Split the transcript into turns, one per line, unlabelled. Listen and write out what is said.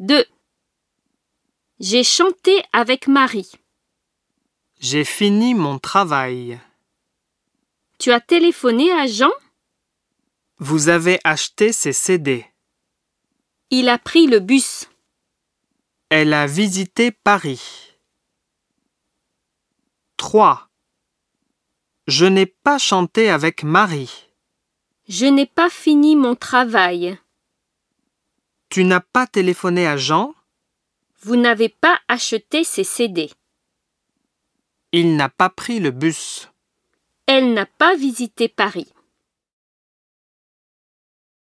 2. J'ai chanté avec Marie.
J'ai fini mon travail.
Tu as téléphoné à Jean
Vous avez acheté ces CD.
Il a pris le bus.
Elle a visité Paris. 3. Je n'ai pas chanté avec Marie.
Je n'ai pas fini mon travail.
Tu n'as pas téléphoné à Jean
Vous n'avez pas acheté ces CD.
Il n'a pas pris le bus.
Elle n'a pas visité Paris.